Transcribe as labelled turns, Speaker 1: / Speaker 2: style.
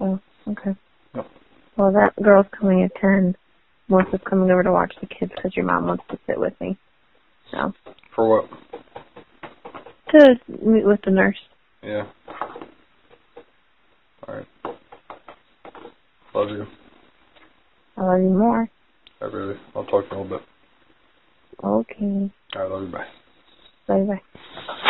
Speaker 1: Oh, okay.
Speaker 2: Yep.
Speaker 1: Well, that girl's coming at 10. Melissa's coming over to watch the kids because your mom wants to sit with me. So,
Speaker 2: For what?
Speaker 1: to meet with the nurse.
Speaker 2: Yeah. All right. Love you.
Speaker 1: I love you more.
Speaker 2: I really. I'll talk to you in a little bit.
Speaker 1: Okay.
Speaker 2: All right. Love you. Bye.
Speaker 1: Bye bye.